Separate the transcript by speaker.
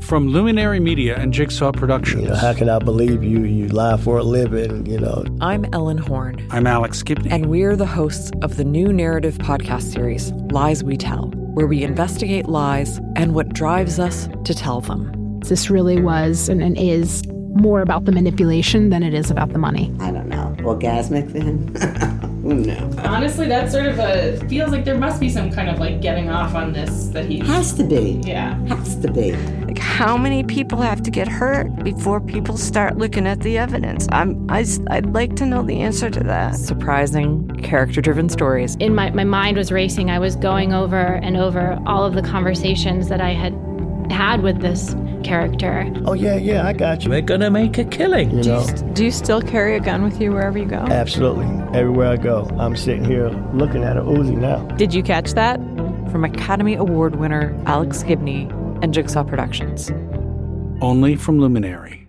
Speaker 1: From Luminary Media and Jigsaw Productions.
Speaker 2: You know, how can I believe you? You lie for a living, you know.
Speaker 3: I'm Ellen Horn,
Speaker 1: I'm Alex Skibney.
Speaker 3: and we're the hosts of the new narrative podcast series, Lies We Tell, where we investigate lies and what drives us to tell them.
Speaker 4: This really was and, and is more about the manipulation than it is about the money.
Speaker 5: I don't know, orgasmic then? Who knows?
Speaker 6: Honestly, that sort of a feels like there must be some kind of like getting off on this that he.
Speaker 5: Has to be.
Speaker 6: Yeah.
Speaker 5: Has to be.
Speaker 7: Like, how many people have to get hurt before people start looking at the evidence? I'm, I, would like to know the answer to that.
Speaker 3: Surprising, character driven stories.
Speaker 8: in my, my mind was racing. I was going over and over all of the conversations that I had had with this character.
Speaker 2: Oh yeah, yeah, I got you.
Speaker 9: We're gonna make a killing.
Speaker 2: You know,
Speaker 10: Do you still carry a gun with you wherever you go?
Speaker 2: absolutely. Everywhere I go, I'm sitting here looking at a Uzi now.
Speaker 10: Did you catch that?
Speaker 3: From Academy Award winner Alex Gibney and Jigsaw Productions.
Speaker 1: Only from Luminary.